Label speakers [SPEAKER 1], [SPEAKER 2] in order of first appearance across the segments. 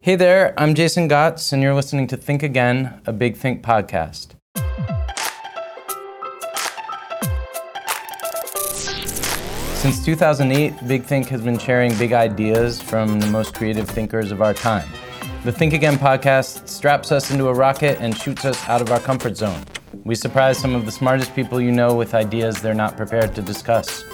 [SPEAKER 1] Hey there, I'm Jason Gotts, and you're listening to Think Again, a Big Think podcast. Since 2008, Big Think has been sharing big ideas from the most creative thinkers of our time. The Think Again podcast straps us into a rocket and shoots us out of our comfort zone. We surprise some of the smartest people you know with ideas they're not prepared to discuss.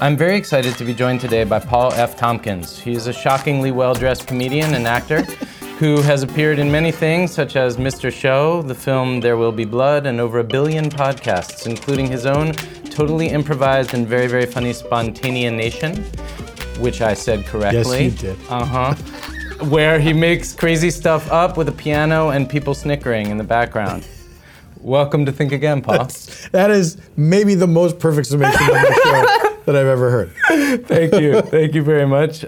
[SPEAKER 1] I'm very excited to be joined today by Paul F. Tompkins. He is a shockingly well dressed comedian and actor who has appeared in many things, such as Mr. Show, the film There Will Be Blood, and over a billion podcasts, including his own totally improvised and very, very funny Spontanea Nation, which I said correctly.
[SPEAKER 2] Yes, you did.
[SPEAKER 1] Uh huh. Where he makes crazy stuff up with a piano and people snickering in the background. Welcome to Think Again, Paul.
[SPEAKER 2] That is maybe the most perfect summation of the show that I've ever heard.
[SPEAKER 1] Thank you. Thank you very much.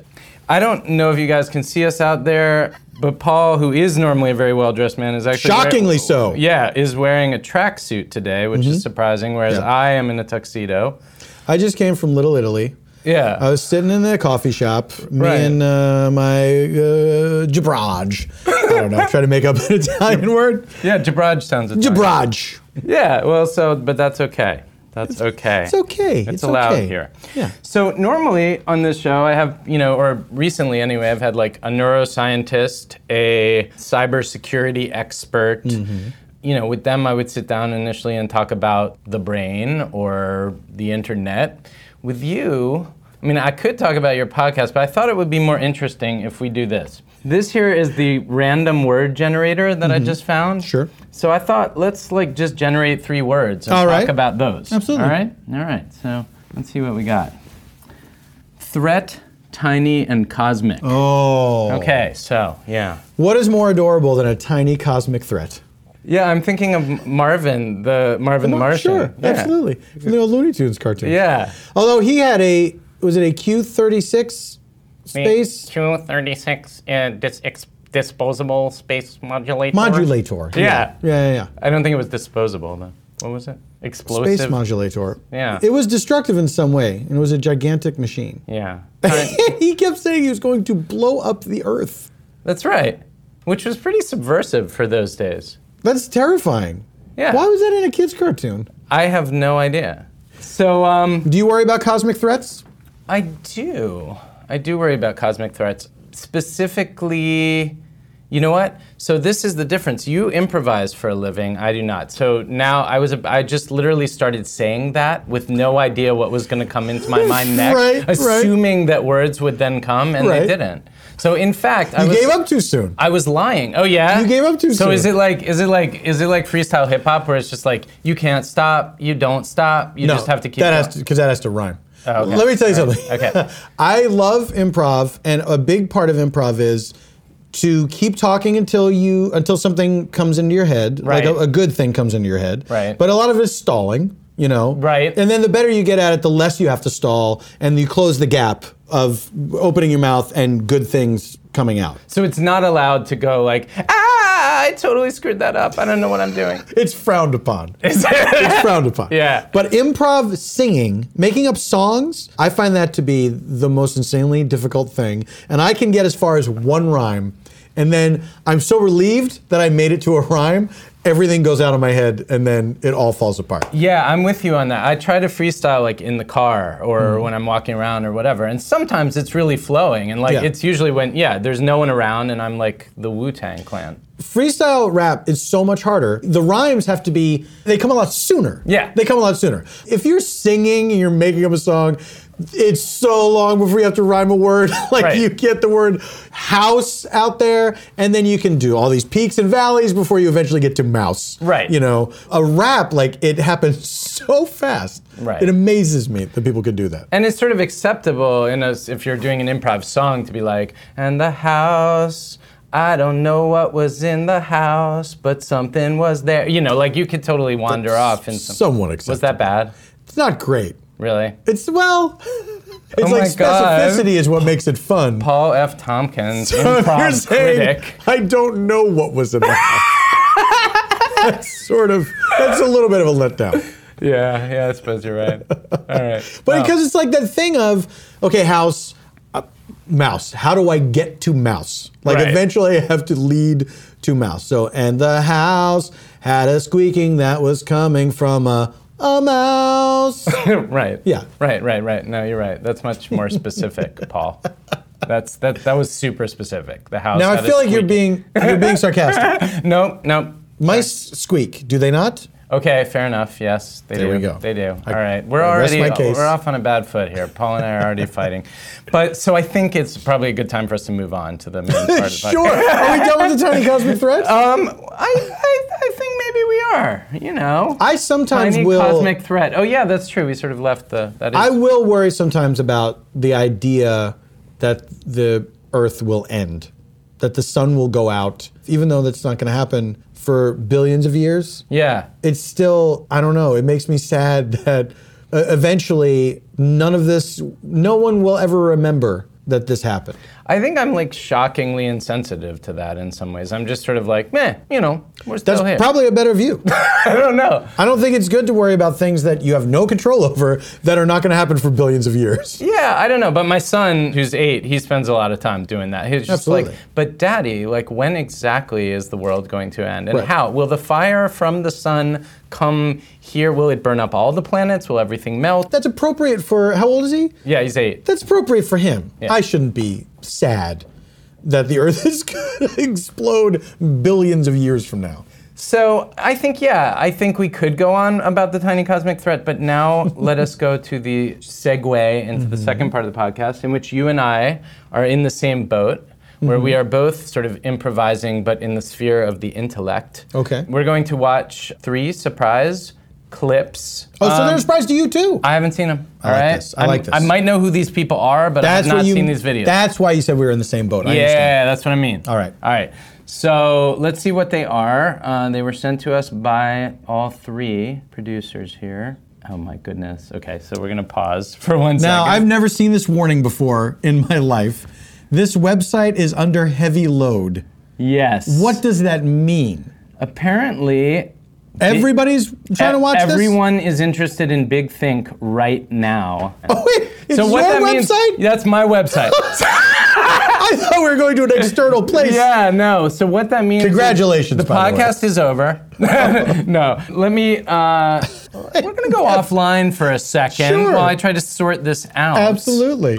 [SPEAKER 1] I don't know if you guys can see us out there, but Paul, who is normally a very well dressed man, is actually. wear-
[SPEAKER 2] Shockingly so. Mm-hmm.
[SPEAKER 1] Yeah, is wearing a tracksuit today, which is surprising, whereas
[SPEAKER 2] Yeah.
[SPEAKER 1] I am in a tuxedo.
[SPEAKER 2] I just came from Little Italy.
[SPEAKER 1] Yeah.
[SPEAKER 2] I was sitting in the coffee shop, me
[SPEAKER 1] Right.
[SPEAKER 2] and uh, my uh, gibrage. I don't know. Try to make up an Italian word.
[SPEAKER 1] yeah, Gibraj sounds Italian.
[SPEAKER 2] Gibrage.
[SPEAKER 1] Yeah, well, so, but that's okay. That's okay.
[SPEAKER 2] It's okay.
[SPEAKER 1] It's, allowed
[SPEAKER 2] okay.
[SPEAKER 1] here.
[SPEAKER 2] Yeah.
[SPEAKER 1] So normally on this show, I have you know, or recently anyway, I've had like a neuroscientist, a cybersecurity expert.
[SPEAKER 2] Mm-hmm.
[SPEAKER 1] You know, with them, I would sit down initially and talk about the brain or the internet. With you, I mean, I could talk about your podcast, but I thought it would be more interesting if we do this. This here is the random word generator that I just found.
[SPEAKER 2] Mm-hmm. Sure.
[SPEAKER 1] So I thought let's like just generate three words and
[SPEAKER 2] All
[SPEAKER 1] talk
[SPEAKER 2] right.
[SPEAKER 1] about those.
[SPEAKER 2] Absolutely.
[SPEAKER 1] All right. All right. So let's see what we got. Threat, tiny, and cosmic.
[SPEAKER 2] Oh.
[SPEAKER 1] Okay. So yeah.
[SPEAKER 2] What is more adorable than a tiny cosmic threat?
[SPEAKER 1] Yeah, I'm thinking of Marvin, the Marvin the Martian.
[SPEAKER 2] Sure.
[SPEAKER 1] yeah.
[SPEAKER 2] Absolutely. From the old Looney Tunes cartoon.
[SPEAKER 1] Yeah.
[SPEAKER 2] Although he had a, was it a Q36 space
[SPEAKER 3] Two thirty-six uh, dis- ex- disposable space modulator.
[SPEAKER 2] modulator?
[SPEAKER 1] Yeah.
[SPEAKER 2] Yeah, yeah, yeah.
[SPEAKER 1] I don't think it was disposable though. What was it? Explosive.
[SPEAKER 2] Space modulator.
[SPEAKER 1] Yeah.
[SPEAKER 2] It was destructive in some way, and it was a gigantic machine.
[SPEAKER 1] yeah. Tiny-
[SPEAKER 2] he kept saying he was going to blow up the Earth.
[SPEAKER 1] That's right. Which was pretty subversive for those days.
[SPEAKER 2] That's terrifying.
[SPEAKER 1] Yeah.
[SPEAKER 2] Why was that in a kid's cartoon?
[SPEAKER 1] I have no idea. So um,
[SPEAKER 2] Do you worry about cosmic threats?
[SPEAKER 1] I do. I do worry about cosmic threats. Specifically, you know what? So this is the difference. You improvise for a living. I do not. So now I was. I just literally started saying that with no idea what was going to come into my mind next,
[SPEAKER 2] Right, right.
[SPEAKER 1] assuming that words would then come, and
[SPEAKER 2] Right.
[SPEAKER 1] they didn't. So in fact, I
[SPEAKER 2] You
[SPEAKER 1] was,
[SPEAKER 2] gave up too soon.
[SPEAKER 1] I was lying. Oh yeah.
[SPEAKER 2] You gave up too
[SPEAKER 1] so
[SPEAKER 2] soon.
[SPEAKER 1] is it like is it like is it like freestyle hip hop where it's just like you can't stop, you don't stop, you just have to keep.
[SPEAKER 2] that
[SPEAKER 1] going?
[SPEAKER 2] has because that has to rhyme.
[SPEAKER 1] Oh, okay.
[SPEAKER 2] Let me tell you
[SPEAKER 1] All right.
[SPEAKER 2] something.
[SPEAKER 1] Okay.
[SPEAKER 2] I love improv, and a big part of improv is to keep talking until you until something comes into your head, like
[SPEAKER 1] Right.
[SPEAKER 2] a, a good thing comes into your head.
[SPEAKER 1] Right.
[SPEAKER 2] But a lot of it is stalling, you know.
[SPEAKER 1] Right.
[SPEAKER 2] And then the better you get at it, the less you have to stall, and you close the gap of opening your mouth and good things coming out.
[SPEAKER 1] So it's not allowed to go like, ah, I totally screwed that up. I don't know what I'm doing.
[SPEAKER 2] It's frowned upon. it's frowned upon.
[SPEAKER 1] Yeah.
[SPEAKER 2] But improv singing, making up songs, I find that to be the most insanely difficult thing. And I can get as far as one rhyme, and then I'm so relieved that I made it to a rhyme, everything goes out of my head, and then it all falls apart.
[SPEAKER 1] Yeah, I'm with you on that. I try to freestyle like in the car or when I'm walking around or whatever. And sometimes it's really flowing. And like,
[SPEAKER 2] Yeah.
[SPEAKER 1] it's usually when, yeah, there's no one around and I'm like the Wu Tang clan.
[SPEAKER 2] freestyle rap is so much harder. The rhymes have to be, they come a lot sooner.
[SPEAKER 1] Yeah.
[SPEAKER 2] They come a lot sooner. If you're singing and you're making up a song, it's so long before you have to rhyme a word. like
[SPEAKER 1] Right.
[SPEAKER 2] you get the word house out there, and then you can do all these peaks and valleys before you eventually get to mouse.
[SPEAKER 1] Right.
[SPEAKER 2] You know, a rap, like it happens so fast.
[SPEAKER 1] Right.
[SPEAKER 2] It amazes me that people could do that.
[SPEAKER 1] And it's sort of acceptable in a, if you're doing an improv song to be like, and the house. I don't know what was in the house, but something was there. You know, like you could totally wander off in some.
[SPEAKER 2] Someone
[SPEAKER 1] was
[SPEAKER 2] accepts
[SPEAKER 1] that bad?
[SPEAKER 2] It's not great.
[SPEAKER 1] Really?
[SPEAKER 2] It's, well, it's
[SPEAKER 1] my
[SPEAKER 2] like
[SPEAKER 1] God.
[SPEAKER 2] specificity is what makes it fun.
[SPEAKER 1] Paul F. Tompkins,
[SPEAKER 2] So if
[SPEAKER 1] improv
[SPEAKER 2] you're saying,
[SPEAKER 1] critic.
[SPEAKER 2] I don't know what was in the house. that's sort of that's a little bit of a letdown.
[SPEAKER 1] Yeah, yeah, I suppose you're right. All right.
[SPEAKER 2] But because it's like that thing of okay, house, uh, mouse. How do I get to mouse? Like
[SPEAKER 3] Right.
[SPEAKER 2] eventually I have to lead to mouse. So and the house had a squeaking that was coming from a a mouse.
[SPEAKER 1] right.
[SPEAKER 2] Yeah.
[SPEAKER 1] Right, right, right. No, you're right. That's much more specific, Paul. That's that that was super specific. The house.
[SPEAKER 2] now I
[SPEAKER 1] had a
[SPEAKER 2] feel like you're
[SPEAKER 1] squeaky-
[SPEAKER 2] being you're being sarcastic.
[SPEAKER 1] Nope, nope.
[SPEAKER 2] Mice squeak, do they not?
[SPEAKER 1] Okay, fair enough. Yes, they
[SPEAKER 2] There
[SPEAKER 1] do.
[SPEAKER 2] we go.
[SPEAKER 1] They do.
[SPEAKER 2] I-
[SPEAKER 1] All right, we're
[SPEAKER 2] I rest
[SPEAKER 1] already
[SPEAKER 2] my case.
[SPEAKER 1] we're off on a bad foot here. Paul and I are already fighting, but so I think it's probably a good time for us to move on to the main part. Of the podcast.
[SPEAKER 2] Sure. Are we done with the tiny cosmic threat?
[SPEAKER 1] Um, I, I I think maybe we are. You know.
[SPEAKER 2] I sometimes
[SPEAKER 1] Tiny
[SPEAKER 2] will
[SPEAKER 1] cosmic threat. Oh yeah, that's true. We sort of left the that is
[SPEAKER 2] I will worry sometimes about the idea that the Earth will end, that the sun will go out, even though that's not going to happen for billions of years.
[SPEAKER 1] yeah.
[SPEAKER 2] It's still, I don't know, it makes me sad that uh, eventually none of this, no one will ever remember that this happened.
[SPEAKER 1] I think I'm like shockingly insensitive to that in some ways. I'm just sort of like, meh, you know, we're still
[SPEAKER 2] That's
[SPEAKER 1] here.
[SPEAKER 2] probably a better view.
[SPEAKER 1] I don't know.
[SPEAKER 2] I don't think it's good to worry about things that you have no control over that are not going to happen for billions of years.
[SPEAKER 1] Yeah, I don't know. But my son, who's eight, he spends a lot of time doing that. He's just
[SPEAKER 2] Absolutely.
[SPEAKER 1] like, but daddy, like, when exactly is the world going to end? And
[SPEAKER 2] Right.
[SPEAKER 1] how? Will the fire from the sun come here? Will it burn up all the planets? Will everything melt?
[SPEAKER 2] That's appropriate for, how old is he?
[SPEAKER 1] Yeah, he's eight.
[SPEAKER 2] that's appropriate for him.
[SPEAKER 1] Yeah.
[SPEAKER 2] I shouldn't be sad that the Earth is going to explode billions of years from now.
[SPEAKER 1] So I think, yeah, I think we could go on about the tiny cosmic threat, but now let us go to the segue into
[SPEAKER 2] Mm-hmm.
[SPEAKER 1] the second part of the podcast, in which you and I are in the same boat, where we
[SPEAKER 2] Mm-hmm.
[SPEAKER 1] are both sort of improvising, but in the sphere of the intellect.
[SPEAKER 2] Okay.
[SPEAKER 1] We're going to watch three surprise clips.
[SPEAKER 2] Oh, so
[SPEAKER 1] Um,
[SPEAKER 2] they're a surprise to you too.
[SPEAKER 1] I haven't seen them.
[SPEAKER 2] I like this. I like this.
[SPEAKER 1] I might know who these people are, but I have not seen these videos.
[SPEAKER 2] That's why you said we were in the same boat. I understand.
[SPEAKER 1] Yeah, that's what I mean.
[SPEAKER 2] All right.
[SPEAKER 1] All right. So let's see what they are. Uh, they were sent to us by all three producers here. Oh my goodness. Okay, so we're gonna pause for one second.
[SPEAKER 2] Now, I've never seen this warning before in my life. This website is under heavy load.
[SPEAKER 1] yes.
[SPEAKER 2] What does that mean?
[SPEAKER 1] Apparently,
[SPEAKER 2] Everybody's trying to watch
[SPEAKER 1] everyone is interested in Big Think right now.
[SPEAKER 2] this? Oh, wait, it's
[SPEAKER 1] so what
[SPEAKER 2] your
[SPEAKER 1] that
[SPEAKER 2] website?
[SPEAKER 1] means? That's my website.
[SPEAKER 2] I thought we were going to an external place.
[SPEAKER 1] Yeah, no. So what that means? is
[SPEAKER 2] Congratulations,
[SPEAKER 1] The
[SPEAKER 2] by the way.
[SPEAKER 1] podcast is over. no, let me. Uh, we're gonna go offline for a second
[SPEAKER 2] Sure.
[SPEAKER 1] while I try to sort this out.
[SPEAKER 2] Absolutely.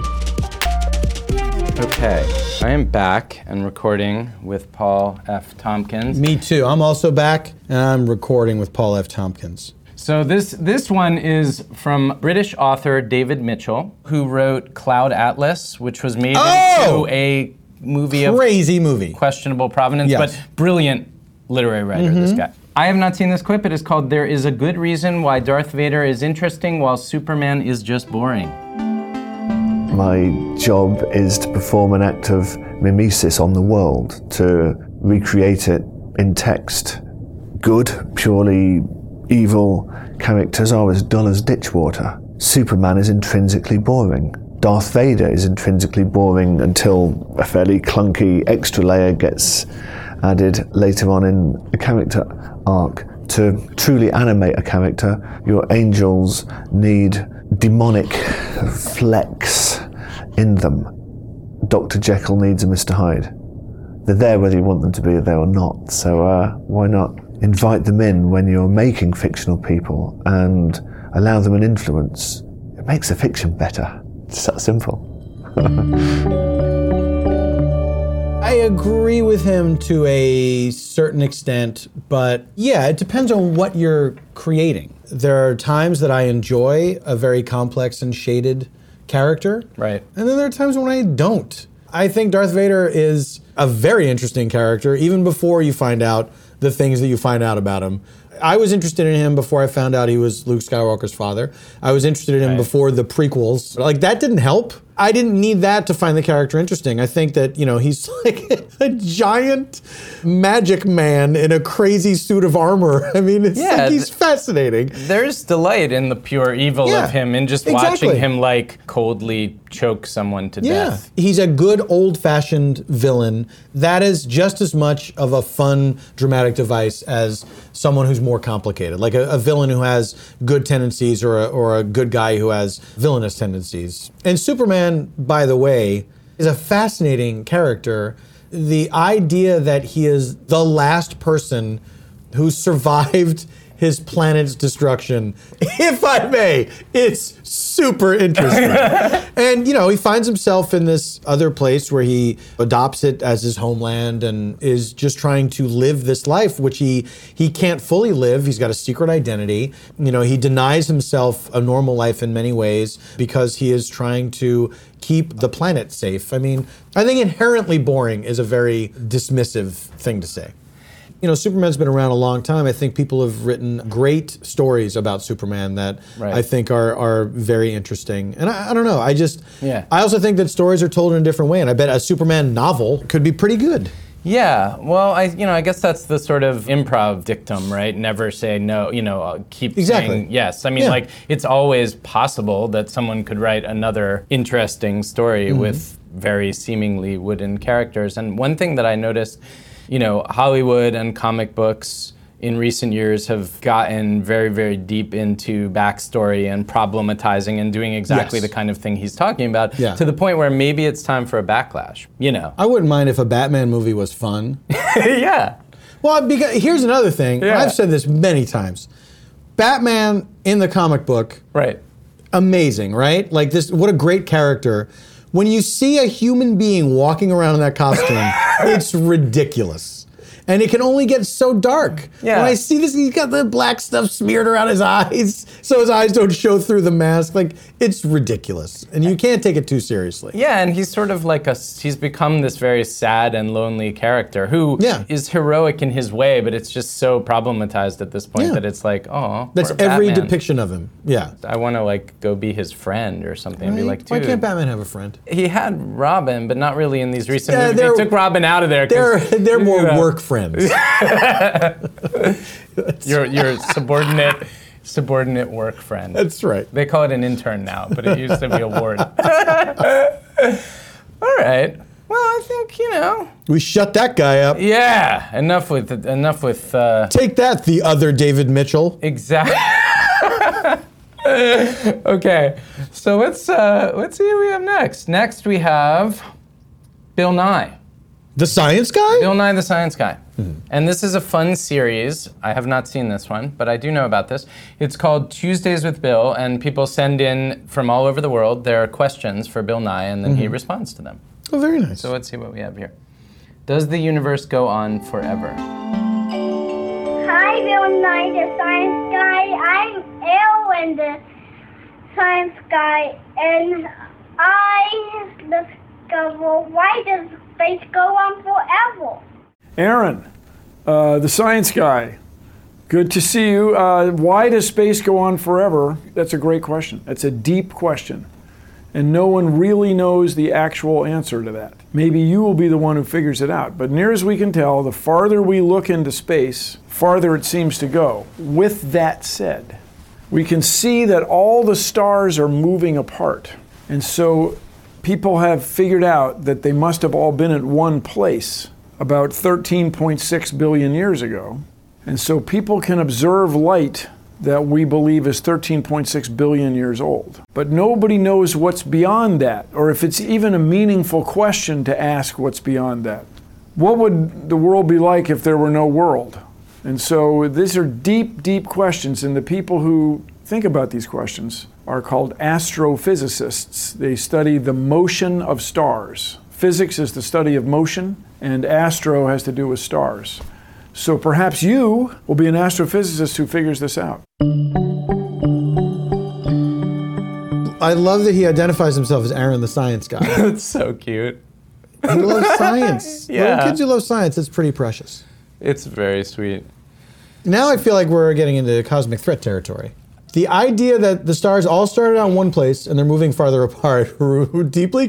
[SPEAKER 1] Okay, I am back and recording with Paul F. Tompkins.
[SPEAKER 2] Me too. I'm also back, and I'm recording with Paul F. Tompkins.
[SPEAKER 1] So this this one is from British author David Mitchell, who wrote Cloud Atlas, which was made
[SPEAKER 2] Oh!
[SPEAKER 1] into a movie of
[SPEAKER 2] Crazy movie.
[SPEAKER 1] questionable provenance,
[SPEAKER 2] Yes. Mm-hmm.
[SPEAKER 1] but brilliant literary writer, this guy. I have not seen this clip. It is called There Is a Good Reason Why Darth Vader is Interesting While Superman is Just Boring.
[SPEAKER 4] My job is to perform an act of mimesis on the world, to recreate it in text. Good, purely evil characters are as dull as ditch water. Superman is intrinsically boring. Darth Vader is intrinsically boring until a fairly clunky extra layer gets added later on in a character arc. To truly animate a character, your angels need demonic flex in them. Dr. Jekyll needs a Mr. Hyde. They're there whether you want them to be there or not, so uh, why not invite them in when you're making fictional people and allow them an influence? It makes the fiction better. It's that simple.
[SPEAKER 2] I agree with him to a certain extent, but yeah, it depends on what you're creating. There are times that I enjoy a very complex and shaded character.
[SPEAKER 1] Right.
[SPEAKER 2] And then there are times when I don't. I think Darth Vader is a very interesting character, even before you find out the things that you find out about him. I was interested in him before I found out he was Luke Skywalker's father. I was interested in him before the prequels. Like, that didn't help. I didn't need that to find the character interesting. I think that, you know, he's like a giant magic man in a crazy suit of armor. I mean, it's
[SPEAKER 1] Yeah,
[SPEAKER 2] like he's
[SPEAKER 1] th-
[SPEAKER 2] fascinating.
[SPEAKER 1] There's delight in the pure evil
[SPEAKER 2] Yeah,
[SPEAKER 1] of him and just
[SPEAKER 2] exactly.
[SPEAKER 1] watching him like coldly choke someone to death.
[SPEAKER 2] He's a good old fashioned villain. That is just as much of a fun dramatic device as someone who's more complicated, like a, a villain who has good tendencies or a, or a good guy who has villainous tendencies. And Superman, by the way, is a fascinating character. The idea that he is the last person who survived his planet's destruction, if I may, it's super interesting. and, you know, he finds himself in this other place where he adopts it as his homeland and is just trying to live this life, which he, he can't fully live. He's got a secret identity. You know, he denies himself a normal life in many ways because he is trying to keep the planet safe. I mean, I think inherently boring is a very dismissive thing to say. You know, Superman's been around a long time. I think people have written great stories about Superman that
[SPEAKER 1] Right.
[SPEAKER 2] I think are are very interesting. And I, I don't know. I just,
[SPEAKER 1] Yeah.
[SPEAKER 2] I also think that stories are told in a different way, and I bet a Superman novel could be pretty good.
[SPEAKER 1] Yeah, well, I you know I guess that's the sort of improv dictum, right? Never say no. You know, uh, keep
[SPEAKER 2] Exactly.
[SPEAKER 1] saying yes. I mean,
[SPEAKER 2] Yeah.
[SPEAKER 1] like it's always possible that someone could write another interesting story
[SPEAKER 2] Mm-hmm.
[SPEAKER 1] with very seemingly wooden characters. And one thing that I noticed, you know, Hollywood and comic books in recent years have gotten very very deep into backstory and problematizing and doing exactly
[SPEAKER 2] Yes.
[SPEAKER 1] the kind of thing he's talking about
[SPEAKER 2] Yeah.
[SPEAKER 1] to the point where maybe it's time for a backlash you know
[SPEAKER 2] I wouldn't mind if a Batman movie was fun.
[SPEAKER 1] yeah
[SPEAKER 2] Well, because here's another thing.
[SPEAKER 1] Yeah.
[SPEAKER 2] I've said this many times. Batman in the comic book
[SPEAKER 1] right
[SPEAKER 2] amazing, right? Like this, what a great character. When you see a human being walking around in that costume, it's ridiculous. And it can only get so dark.
[SPEAKER 1] Yeah.
[SPEAKER 2] When I see this, he's got the black stuff smeared around his eyes, so his eyes don't show through the mask. Like it's ridiculous, and you can't take it too seriously.
[SPEAKER 1] Yeah, and he's sort of like a he's become this very sad and lonely character who is
[SPEAKER 2] Yeah.
[SPEAKER 1] heroic in his way, but it's just so problematized at this point
[SPEAKER 2] Yeah.
[SPEAKER 1] that it's like, oh,
[SPEAKER 2] That's every depiction of him. Yeah.
[SPEAKER 1] I want to like go be his friend or something and be like, dude.
[SPEAKER 2] Why can't Batman have a friend?
[SPEAKER 1] he had Robin, but not really in these recent
[SPEAKER 2] Yeah,
[SPEAKER 1] movies.
[SPEAKER 2] they're-
[SPEAKER 1] They took Robin out of there. 'cause
[SPEAKER 2] They're they're more
[SPEAKER 1] Yeah.
[SPEAKER 2] work friends.
[SPEAKER 1] Your your subordinate subordinate work friend.
[SPEAKER 2] That's right.
[SPEAKER 1] They call it an intern now, but it used to be a ward. All right. Well, I think you know.
[SPEAKER 2] We shut that guy up.
[SPEAKER 1] Yeah. Enough with enough with. Uh,
[SPEAKER 2] Take that, the other David Mitchell.
[SPEAKER 1] Exactly. okay, so let's uh, let's see who we have next. Next we have Bill Nye.
[SPEAKER 2] The science guy?
[SPEAKER 1] Bill Nye the Science Guy. And this is a fun series. I have not seen this one, but I do know about this. It's called Tuesdays with Bill, and people send in from all over the world their questions for Bill Nye, and then he responds to them.
[SPEAKER 2] Oh, very nice.
[SPEAKER 1] So let's see what we have here. Does the universe go on forever?
[SPEAKER 5] Hi, Bill Nye, the science guy. I'm Elwin, the science guy, and I discover why does space go on forever?
[SPEAKER 6] Aaron, uh, the science guy. Good to see you. Uh, why does space go on forever? That's a great question. That's a deep question. And no one really knows the actual answer to that. Maybe you will be the one who figures it out. But near as we can tell, the farther we look into space, farther it seems to go. With that said, we can see that all the stars are moving apart. And so people have figured out that they must have all been at one place about 13.6 billion years ago. And so people can observe light that we believe is 13.6 billion years old. But nobody knows what's beyond that, or if it's even a meaningful question to ask what's beyond that. What would the world be like if there were no world? And so these are deep, deep questions, and the people who think about these questions are called astrophysicists. They study the motion of stars. Physics is the study of motion, and astro has to do with stars. So perhaps you will be an astrophysicist who figures this out.
[SPEAKER 2] I love that he identifies himself as Aaron the science guy.
[SPEAKER 1] It's so cute.
[SPEAKER 2] he loves science.
[SPEAKER 1] Yeah.
[SPEAKER 2] Little kids who love science, it's pretty precious.
[SPEAKER 1] It's very sweet.
[SPEAKER 2] Now I feel like we're getting into cosmic threat territory. The idea that the stars all started out in one place and they're moving farther apart deeply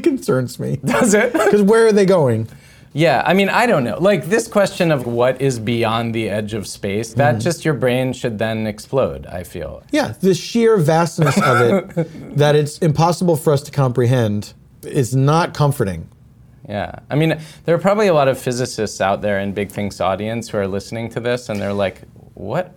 [SPEAKER 2] concerns me.
[SPEAKER 1] Does it?
[SPEAKER 2] Because where are they going?
[SPEAKER 1] Yeah, I mean, I don't know. Like this question of what is beyond the edge of space,
[SPEAKER 2] Mm.
[SPEAKER 1] that just your brain should then explode, I feel.
[SPEAKER 2] Yeah, the sheer vastness of it that it's impossible for us to comprehend is not comforting.
[SPEAKER 1] Yeah. I mean, there are probably a lot of physicists out there in Big Things audience who are listening to this and they're like, "What?"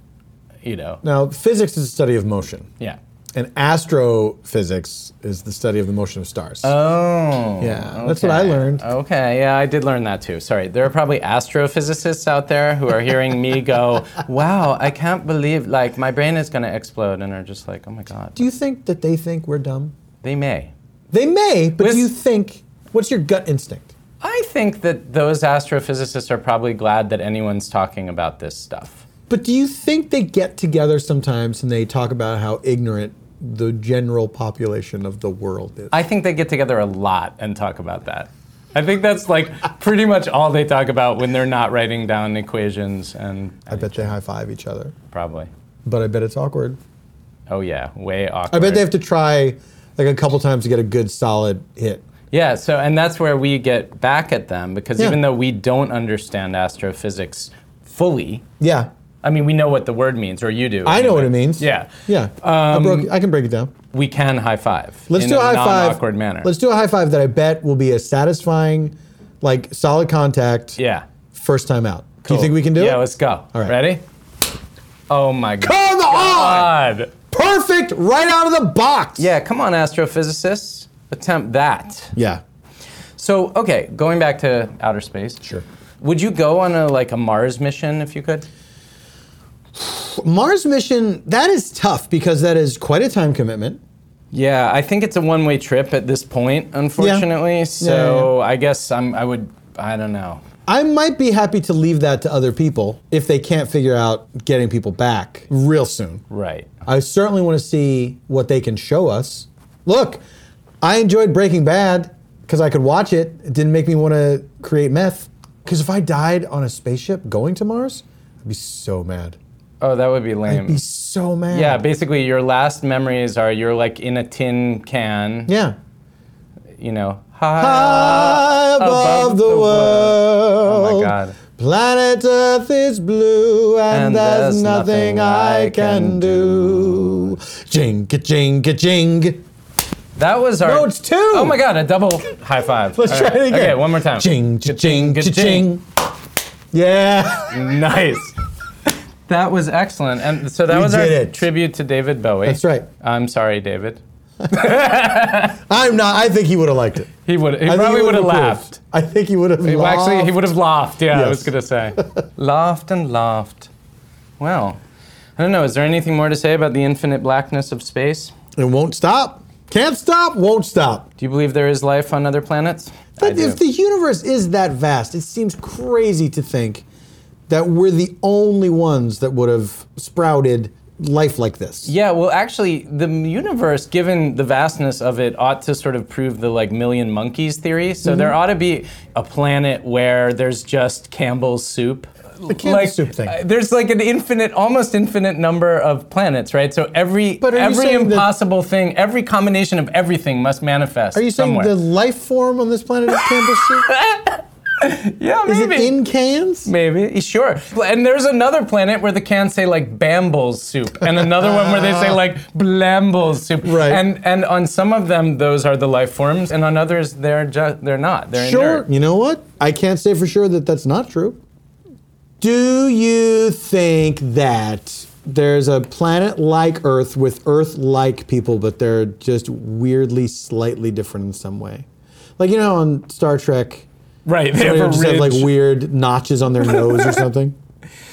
[SPEAKER 1] you know.
[SPEAKER 2] Now, physics is the study of motion.
[SPEAKER 1] Yeah.
[SPEAKER 2] and astrophysics is the study of the motion of stars.
[SPEAKER 1] Oh.
[SPEAKER 2] Yeah, that's what I
[SPEAKER 1] okay.
[SPEAKER 2] learned.
[SPEAKER 1] Okay, yeah, I did learn that too. Sorry. There are probably astrophysicists out there who are hearing me go, wow, I can't believe, like, my brain is going to explode, and are just like, oh my God.
[SPEAKER 2] do you think that they think we're dumb?
[SPEAKER 1] They may.
[SPEAKER 2] They may, but
[SPEAKER 1] With-
[SPEAKER 2] do you think? What's your gut instinct?
[SPEAKER 1] I think that those astrophysicists are probably glad that anyone's talking about this stuff.
[SPEAKER 2] But do you think they get together sometimes and they talk about how ignorant the general population of the world is?
[SPEAKER 1] I think they get together a lot and talk about that. I think that's like pretty much all they talk about when they're not writing down equations and
[SPEAKER 2] I bet they high five each other,
[SPEAKER 1] probably.
[SPEAKER 2] but I bet it's awkward.
[SPEAKER 1] Oh yeah, way awkward.
[SPEAKER 2] I bet they have to try like a couple times to get a good solid hit.
[SPEAKER 1] Yeah, so and that's where we get back at them because
[SPEAKER 2] Yeah.
[SPEAKER 1] even though we don't understand astrophysics fully,
[SPEAKER 2] Yeah,
[SPEAKER 1] I mean we know what the word means, or you do.
[SPEAKER 2] I know what
[SPEAKER 1] anyway.
[SPEAKER 2] it means.
[SPEAKER 1] Yeah,
[SPEAKER 2] yeah. I, broke, I can break it down.
[SPEAKER 1] we can high five.
[SPEAKER 2] Let's
[SPEAKER 1] Um, in
[SPEAKER 2] do a high five.
[SPEAKER 1] non-awkward manner.
[SPEAKER 2] Let's do a high five that I bet will be a satisfying, like solid contact.
[SPEAKER 1] yeah.
[SPEAKER 2] First time out. Do
[SPEAKER 1] Cool.
[SPEAKER 2] you think we can do
[SPEAKER 1] yeah,
[SPEAKER 2] it?
[SPEAKER 1] let's go.
[SPEAKER 2] All right.
[SPEAKER 1] Ready? Oh my god.
[SPEAKER 2] Come on!
[SPEAKER 1] God.
[SPEAKER 2] Perfect, right out of the box.
[SPEAKER 1] Yeah, come on, astrophysicists, attempt that.
[SPEAKER 2] Yeah.
[SPEAKER 1] So, okay, going back to outer space.
[SPEAKER 2] Sure.
[SPEAKER 1] Would you go on a like a Mars mission if you could?
[SPEAKER 2] Mars mission, that is tough because that is quite a time commitment.
[SPEAKER 1] Yeah, I think it's a one-way trip at this point, unfortunately. So I guess I'm. I would. I don't know.
[SPEAKER 2] I might be happy to leave that to other people if they can't figure out getting people back real soon.
[SPEAKER 1] Right.
[SPEAKER 2] I certainly want to see what they can show us. Look, I enjoyed Breaking Bad because I could watch it. It didn't make me want to create meth. Because if I died on a spaceship going to Mars, I'd be so mad.
[SPEAKER 1] Oh, that would be
[SPEAKER 2] I'd be
[SPEAKER 1] lame.
[SPEAKER 2] so mad.
[SPEAKER 1] Yeah. Basically, your last memories are you're like in a tin can.
[SPEAKER 2] yeah.
[SPEAKER 1] You know. High,
[SPEAKER 2] High above, the, world.
[SPEAKER 1] Oh my God.
[SPEAKER 2] Planet Earth is blue, and,
[SPEAKER 1] And
[SPEAKER 2] there's,
[SPEAKER 1] there's
[SPEAKER 2] nothing,
[SPEAKER 1] nothing
[SPEAKER 2] I
[SPEAKER 1] I
[SPEAKER 2] can
[SPEAKER 1] can
[SPEAKER 2] do. Jing, jing, jing.
[SPEAKER 1] That was our.
[SPEAKER 2] No, it's two.
[SPEAKER 1] Oh my God! A double high five.
[SPEAKER 2] Let's
[SPEAKER 1] All
[SPEAKER 2] try
[SPEAKER 1] right.
[SPEAKER 2] it again.
[SPEAKER 1] Okay, one more time.
[SPEAKER 2] Jing, jing,
[SPEAKER 1] Ka-ching,
[SPEAKER 2] jing. Yeah,
[SPEAKER 1] Nice. That was excellent. And so that
[SPEAKER 2] You
[SPEAKER 1] was our
[SPEAKER 2] did it.
[SPEAKER 1] tribute to David Bowie.
[SPEAKER 2] That's right.
[SPEAKER 1] I'm sorry, David.
[SPEAKER 2] I'm not. I think he would have liked it.
[SPEAKER 1] He would. He
[SPEAKER 2] I think
[SPEAKER 1] probably
[SPEAKER 2] he
[SPEAKER 1] would have
[SPEAKER 2] approved.
[SPEAKER 1] laughed.
[SPEAKER 2] I think he would have.
[SPEAKER 1] Well, Actually, he would have laughed. Yeah, I
[SPEAKER 2] Yes.
[SPEAKER 1] was gonna say, laughed and laughed. Well, I don't know. Is there anything more to say about the infinite blackness of space?
[SPEAKER 2] It won't stop. Can't stop. Won't stop.
[SPEAKER 1] Do you believe there is life on other planets? I
[SPEAKER 2] But
[SPEAKER 1] do.
[SPEAKER 2] if the universe is that vast, it seems crazy to think that we're the only ones that would have sprouted life like this.
[SPEAKER 1] yeah, well, actually, the universe, given the vastness of it, ought to sort of prove the like million monkeys theory. So
[SPEAKER 2] Mm-hmm.
[SPEAKER 1] there ought to be a planet where there's just Campbell's soup.
[SPEAKER 2] The Campbell soup thing.
[SPEAKER 1] uh, there's like an infinite, almost infinite number of planets, right? So every
[SPEAKER 2] But are you
[SPEAKER 1] every
[SPEAKER 2] saying that-
[SPEAKER 1] impossible thing, every combination of everything must manifest.
[SPEAKER 2] Are you saying
[SPEAKER 1] somewhere.
[SPEAKER 2] the life form on this planet is Campbell soup?
[SPEAKER 1] yeah,
[SPEAKER 2] Is it
[SPEAKER 1] maybe.
[SPEAKER 2] in cans?
[SPEAKER 1] Maybe sure, and there's another planet where the cans say like Bambles soup, and another one where they say like Blambles soup.
[SPEAKER 2] Right.
[SPEAKER 1] And and on some of them those are the life forms, and on others they're just they're not. They're
[SPEAKER 2] Sure.
[SPEAKER 1] inert.
[SPEAKER 2] You know what? I can't say for sure that that's not true. Do you think that there's a planet like Earth with Earth like people, but they're just weirdly slightly different in some way? Like, you know, on Star Trek,
[SPEAKER 1] Right. They
[SPEAKER 2] they
[SPEAKER 1] have a
[SPEAKER 2] just have like
[SPEAKER 1] ridge.
[SPEAKER 2] weird notches on their nose or something.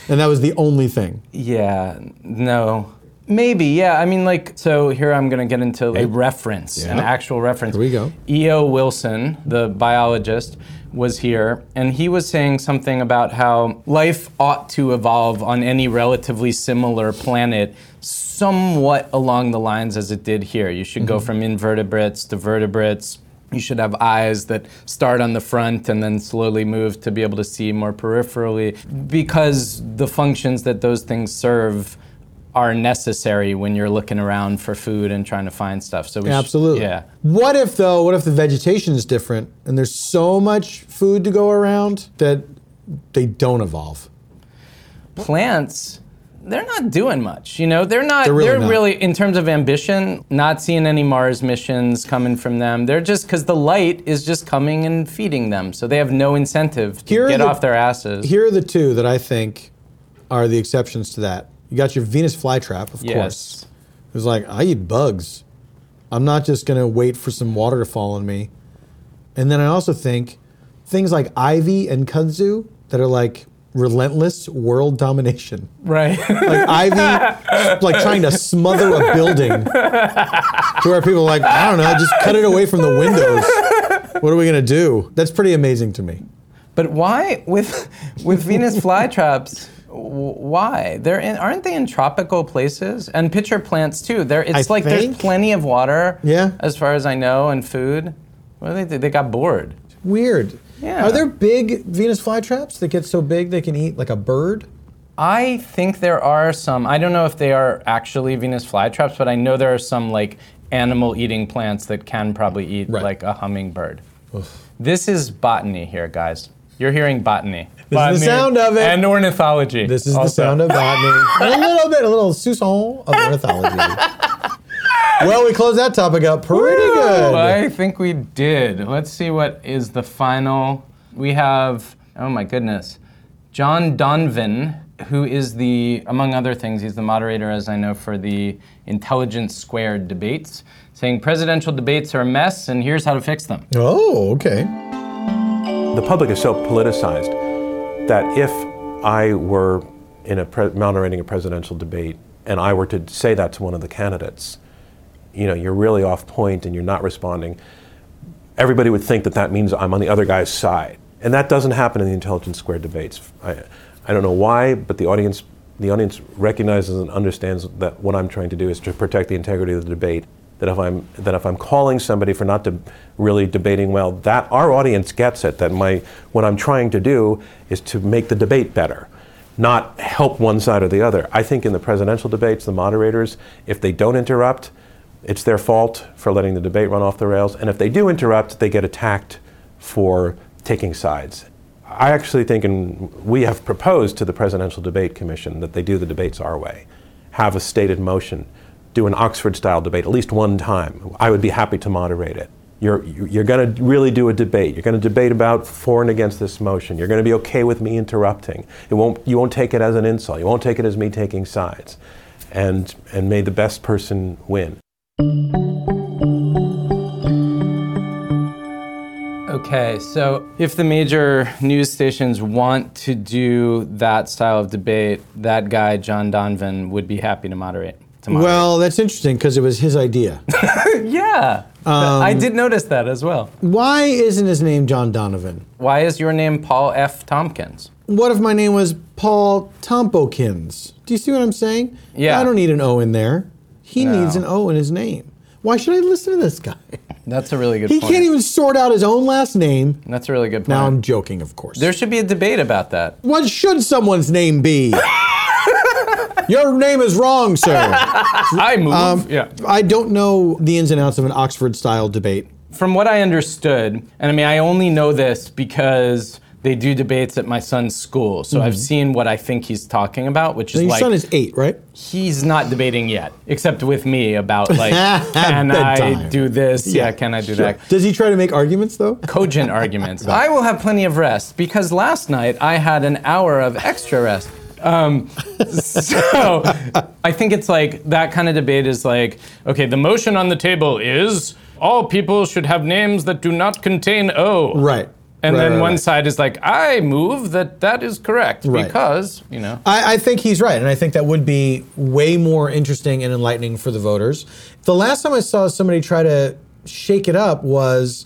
[SPEAKER 2] And that was the only thing.
[SPEAKER 1] Yeah, no. Maybe, yeah. I mean, like, so here I'm going to get into a reference, an
[SPEAKER 2] Yeah.
[SPEAKER 1] actual reference.
[SPEAKER 2] Here we go.
[SPEAKER 1] E.O. E Wilson, the biologist, was here, and he was saying something about how life ought to evolve on any relatively similar planet somewhat along the lines as it did here. You should go from invertebrates to vertebrates. You should have eyes that start on the front and then slowly move to be able to see more peripherally because the functions that those things serve are necessary when you're looking around for food and trying to find stuff. So we sh-
[SPEAKER 2] Absolutely.
[SPEAKER 1] yeah.
[SPEAKER 2] What if though? What if the vegetation is different and there's so much food to go around that they don't evolve?
[SPEAKER 1] plants they're not doing much you know they're not
[SPEAKER 2] They're really
[SPEAKER 1] they're
[SPEAKER 2] not.
[SPEAKER 1] really in terms of ambition not seeing any mars missions coming from them they're just because the light is just coming and feeding them so they have no incentive to
[SPEAKER 2] Here are
[SPEAKER 1] get
[SPEAKER 2] the-
[SPEAKER 1] off their asses
[SPEAKER 2] Here are the two that I think are the exceptions to that. You got your Venus flytrap, of
[SPEAKER 1] yes
[SPEAKER 2] course, was like, I eat bugs. I'm not just going to wait for some water to fall on me. And then I also think things like ivy and kudzu that are like relentless world domination.
[SPEAKER 6] Right.
[SPEAKER 2] Like ivy, like trying to smother a building to where people are like, I don't know, just cut it away from the windows. What are we going to do? That's pretty amazing to me.
[SPEAKER 1] But why with with Venus flytraps? w- Why they're in, aren't they in tropical places and pitcher plants too? There it's
[SPEAKER 2] I
[SPEAKER 1] like there's
[SPEAKER 2] think-
[SPEAKER 1] plenty of water.
[SPEAKER 2] Yeah.
[SPEAKER 1] as far as I know, and food. What do they do? They got bored.
[SPEAKER 2] Weird.
[SPEAKER 1] Yeah.
[SPEAKER 2] Are there big Venus flytraps that get so big they can eat like a bird?
[SPEAKER 1] I think there are some. I don't know if they are actually Venus flytraps, but I know there are some like animal eating plants that can probably eat
[SPEAKER 2] Right.
[SPEAKER 1] like a hummingbird. This is botany here, guys. You're hearing botany.
[SPEAKER 2] This is the sound of it.
[SPEAKER 1] And ornithology.
[SPEAKER 2] This is the
[SPEAKER 1] also.
[SPEAKER 2] sound of botany. and a little bit, a little soupçon of ornithology. well, we closed that topic up pretty good.
[SPEAKER 1] Well, I think we did. Let's see what is the final. We have, oh my goodness, John Donvan, who is the, among other things, he's the moderator, as I know, for the Intelligence Squared debates, saying presidential debates are a mess and here's how to fix them.
[SPEAKER 2] Oh, okay.
[SPEAKER 7] the public is so politicized that if I were in a pre- moderating a presidential debate and I were to say that to one of the candidates, you know, you're really off point and you're not responding. Everybody would think that that means I'm on the other guy's side, and that doesn't happen in the intelligence squared debates. I, I don't know why, but the audience the audience recognizes and understands that what I'm trying to do is to protect the integrity of the debate. That if I'm that if I'm calling somebody for not de- really debating well, that our audience gets it. That my what I'm trying to do is to make the debate better not help one side or the other. I think in the presidential debates, the moderators, if they don't interrupt, it's their fault for letting the debate run off the rails. And if they do interrupt, they get attacked for taking sides. I actually think, and we have proposed to the Presidential Debate Commission that they do the debates our way, have a stated motion, do an Oxford style debate at least one time. I would be happy to moderate it. You're, you're going to really do a debate. You're going to debate about for and against this motion. You're going to be okay with me interrupting. It won't, you won't take it as an insult. You won't take it as me taking sides. And, and may the best person win.
[SPEAKER 1] Okay, so if the major news stations want to do that style of debate, that guy, John Donvan, would be happy to moderate. Tomorrow.
[SPEAKER 2] Well, that's interesting because it was his idea.
[SPEAKER 1] yeah. I did notice that as well.
[SPEAKER 2] Why isn't his name John Donovan?
[SPEAKER 1] Why is your name Paul F. Tompkins?
[SPEAKER 2] What if my name was Paul Tompokins? Do you see what I'm saying?
[SPEAKER 1] Yeah.
[SPEAKER 2] I don't need an O in there. He
[SPEAKER 1] No.
[SPEAKER 2] needs an O in his name. Why should I listen to this guy?
[SPEAKER 1] That's a really good
[SPEAKER 2] He
[SPEAKER 1] point.
[SPEAKER 2] can't even sort out his own last name.
[SPEAKER 1] That's a really good point.
[SPEAKER 2] Now I'm joking, of course.
[SPEAKER 1] there should be a debate about that.
[SPEAKER 2] What should someone's name be? Your name is wrong, sir.
[SPEAKER 1] I move.
[SPEAKER 2] Um,
[SPEAKER 1] yeah.
[SPEAKER 2] I don't know the ins and outs of an Oxford style debate.
[SPEAKER 1] From what I understood, and I mean, I only know this because they do debates at my son's school, so I've seen what I think he's talking about, which is
[SPEAKER 2] Mm-hmm. Your
[SPEAKER 1] like
[SPEAKER 2] son is eight, right?
[SPEAKER 1] he's not debating yet, except with me about like, can I
[SPEAKER 2] Bedtime.
[SPEAKER 1] do this? Yeah, can I do
[SPEAKER 2] sure.
[SPEAKER 1] that?
[SPEAKER 2] Does he try to make arguments though?
[SPEAKER 1] cogent arguments. I will have plenty of rest because last night I had an hour of extra rest. Um, so I think it's like that kind of debate is like, okay, the motion on the table is all people should have names that do not contain O.
[SPEAKER 2] Right.
[SPEAKER 1] And
[SPEAKER 2] Right,
[SPEAKER 1] then
[SPEAKER 2] right,
[SPEAKER 1] one
[SPEAKER 2] right.
[SPEAKER 1] side is like, I move that that is correct
[SPEAKER 2] Right.
[SPEAKER 1] because, you know.
[SPEAKER 2] I, I think he's right, and I think that would be way more interesting and enlightening for the voters. The last time I saw somebody try to shake it up was,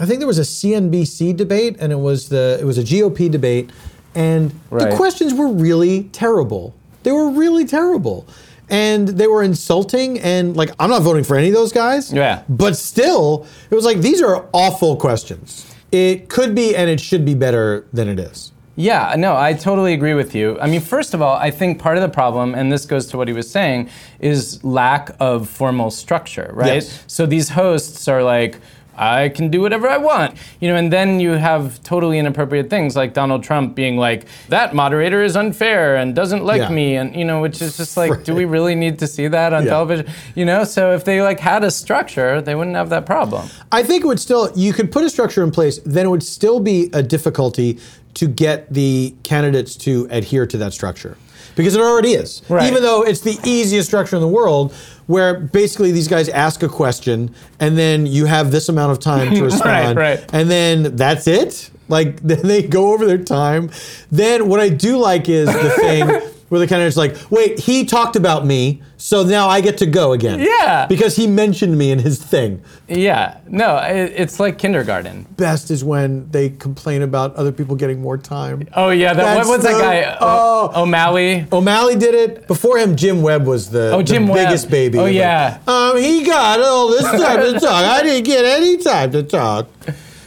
[SPEAKER 2] I think there was a CNBC debate, and it was the it was a GOP debate, and
[SPEAKER 1] Right.
[SPEAKER 2] the questions were really terrible. They were really terrible, and they were insulting. And like, I'm not voting for any of those guys.
[SPEAKER 1] Yeah.
[SPEAKER 2] But still, it was like these are awful questions. It could be, and it should be better than it is.
[SPEAKER 1] Yeah, no, I totally agree with you. I mean, first of all, I think part of the problem, and this goes to what he was saying, is lack of formal structure, right?
[SPEAKER 2] Yes.
[SPEAKER 1] So these hosts are like, I can do whatever I want, you know, and then you have totally inappropriate things like Donald Trump being like, that moderator is unfair and doesn't like
[SPEAKER 2] Yeah.
[SPEAKER 1] me, and you know, which is just like, do we
[SPEAKER 2] Right.
[SPEAKER 1] really need to see that on
[SPEAKER 2] Yeah.
[SPEAKER 1] television? You know, so if they like had a structure, they wouldn't have that problem.
[SPEAKER 2] I think it would still you could put a structure in place, then it would still be a difficulty to get the candidates to adhere to that structure. Because it already is.
[SPEAKER 6] Right.
[SPEAKER 2] Even though it's the easiest structure in the world, where basically these guys ask a question and then you have this amount of time to respond.
[SPEAKER 6] right.
[SPEAKER 2] And then that's it. Like then they go over their time. Then what I do like is the thing where the candidate's like, wait, he talked about me, so now I get to go again.
[SPEAKER 1] Yeah.
[SPEAKER 2] Because he mentioned me in his thing.
[SPEAKER 1] Yeah, no, it, it's like kindergarten.
[SPEAKER 2] Best is when they complain about other people getting more time.
[SPEAKER 1] Oh yeah, that, what
[SPEAKER 2] That's
[SPEAKER 1] was that
[SPEAKER 2] the-
[SPEAKER 1] guy?
[SPEAKER 2] oh.
[SPEAKER 1] O- O'Malley.
[SPEAKER 2] O'Malley did it. Before him, Jim Webb was the,
[SPEAKER 1] Oh,
[SPEAKER 2] the
[SPEAKER 1] Jim Webb.
[SPEAKER 2] biggest baby.
[SPEAKER 1] Oh,
[SPEAKER 2] Like,
[SPEAKER 1] yeah.
[SPEAKER 2] um, he got all this time to talk. I didn't get any time to talk.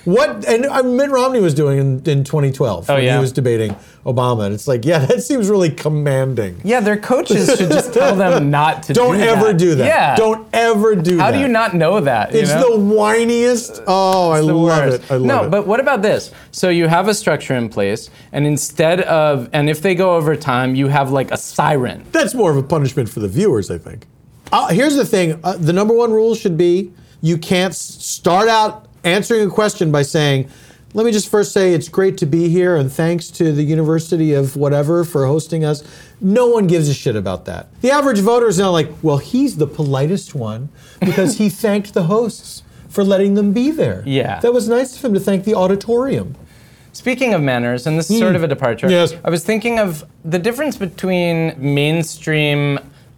[SPEAKER 2] What and uh, Mitt Romney was doing in, in 2012
[SPEAKER 1] Oh,
[SPEAKER 2] when
[SPEAKER 1] yeah.
[SPEAKER 2] he was debating Obama, and it's like, yeah, that seems really commanding.
[SPEAKER 1] Yeah, their coaches should just tell them not to.
[SPEAKER 2] Don't
[SPEAKER 1] do
[SPEAKER 2] ever
[SPEAKER 1] that.
[SPEAKER 2] do that.
[SPEAKER 1] Yeah.
[SPEAKER 2] Don't ever do that.
[SPEAKER 1] How do you not know that? you
[SPEAKER 2] It's
[SPEAKER 1] know?
[SPEAKER 2] the whiniest. Oh, I
[SPEAKER 1] the
[SPEAKER 2] love
[SPEAKER 1] worst.
[SPEAKER 2] it. I love
[SPEAKER 1] no,
[SPEAKER 2] it.
[SPEAKER 1] but what about this? So you have a structure in place, and instead of, and if they go over time, you have like a siren.
[SPEAKER 2] That's more of a punishment for the viewers, I think. Uh, here's the thing uh, the number one rule should be you can't s- start out answering a question by saying, let me just first say it's great to be here and thanks to the University of whatever for hosting us. No one gives a shit about that. The average voter is not like, well, he's the politest one because he thanked the hosts for letting them be there.
[SPEAKER 1] Yeah.
[SPEAKER 2] That was nice of him to thank the auditorium.
[SPEAKER 1] Speaking of manners, and this is sort of a departure,
[SPEAKER 2] Hmm. Yes.
[SPEAKER 1] I was thinking of the difference between mainstream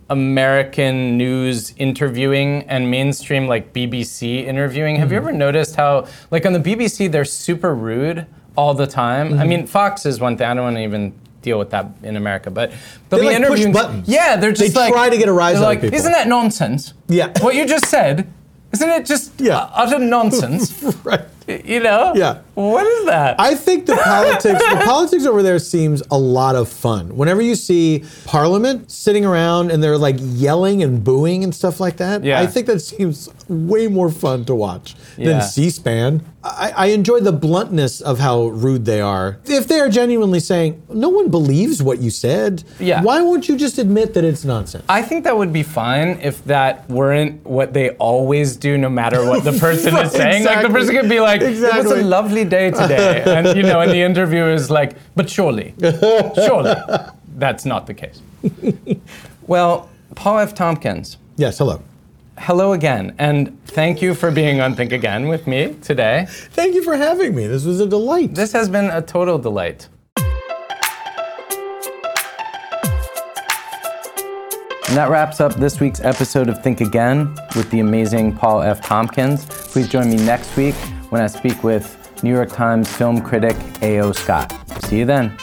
[SPEAKER 1] American news interviewing and mainstream like BBC interviewing. Have you
[SPEAKER 2] Hmm.
[SPEAKER 1] ever noticed how, like on the BBC, they're super rude all the time?
[SPEAKER 2] Hmm.
[SPEAKER 1] I mean, Fox is one thing, I don't want to even deal with that in America, but they'll be
[SPEAKER 2] They, like, push
[SPEAKER 1] interviewing.
[SPEAKER 2] buttons.
[SPEAKER 1] Yeah, they're
[SPEAKER 2] They
[SPEAKER 1] just like.
[SPEAKER 2] try to get a rise
[SPEAKER 1] they're
[SPEAKER 2] out of
[SPEAKER 1] like,
[SPEAKER 2] people.
[SPEAKER 1] Isn't that nonsense?
[SPEAKER 2] Yeah.
[SPEAKER 1] What you just said, isn't it just
[SPEAKER 2] Yeah.
[SPEAKER 1] utter nonsense?
[SPEAKER 2] Right.
[SPEAKER 1] you know?
[SPEAKER 2] Yeah.
[SPEAKER 1] What is that?
[SPEAKER 2] I think the politics the politics over there seems a lot of fun. Whenever you see Parliament sitting around and they're like yelling and booing and stuff like that,
[SPEAKER 1] Yeah.
[SPEAKER 2] I think that seems way more fun to watch
[SPEAKER 1] Yeah.
[SPEAKER 2] than C-SPAN. I, I enjoy the bluntness of how rude they are. If they are genuinely saying no one believes what you said,
[SPEAKER 1] Yeah.
[SPEAKER 2] why won't you just admit that it's nonsense?
[SPEAKER 1] I think that would be fine if that weren't what they always do, no matter what the person is saying. Like the
[SPEAKER 2] Exactly.
[SPEAKER 1] person could be like, "It was
[SPEAKER 2] Exactly.
[SPEAKER 1] a lovely day today," and you know, and the interviewer is like, "But surely, surely, that's not the case." well, Paul F. Tompkins,
[SPEAKER 2] Yes, hello.
[SPEAKER 1] hello again, and thank you for being on Think Again with me today.
[SPEAKER 2] Thank you for having me. This was a delight.
[SPEAKER 1] This has been a total delight. And that wraps up this week's episode of Think Again with the amazing Paul F. Tompkins. Please join me next week when I speak with New York Times film critic A.O. Scott. See you then.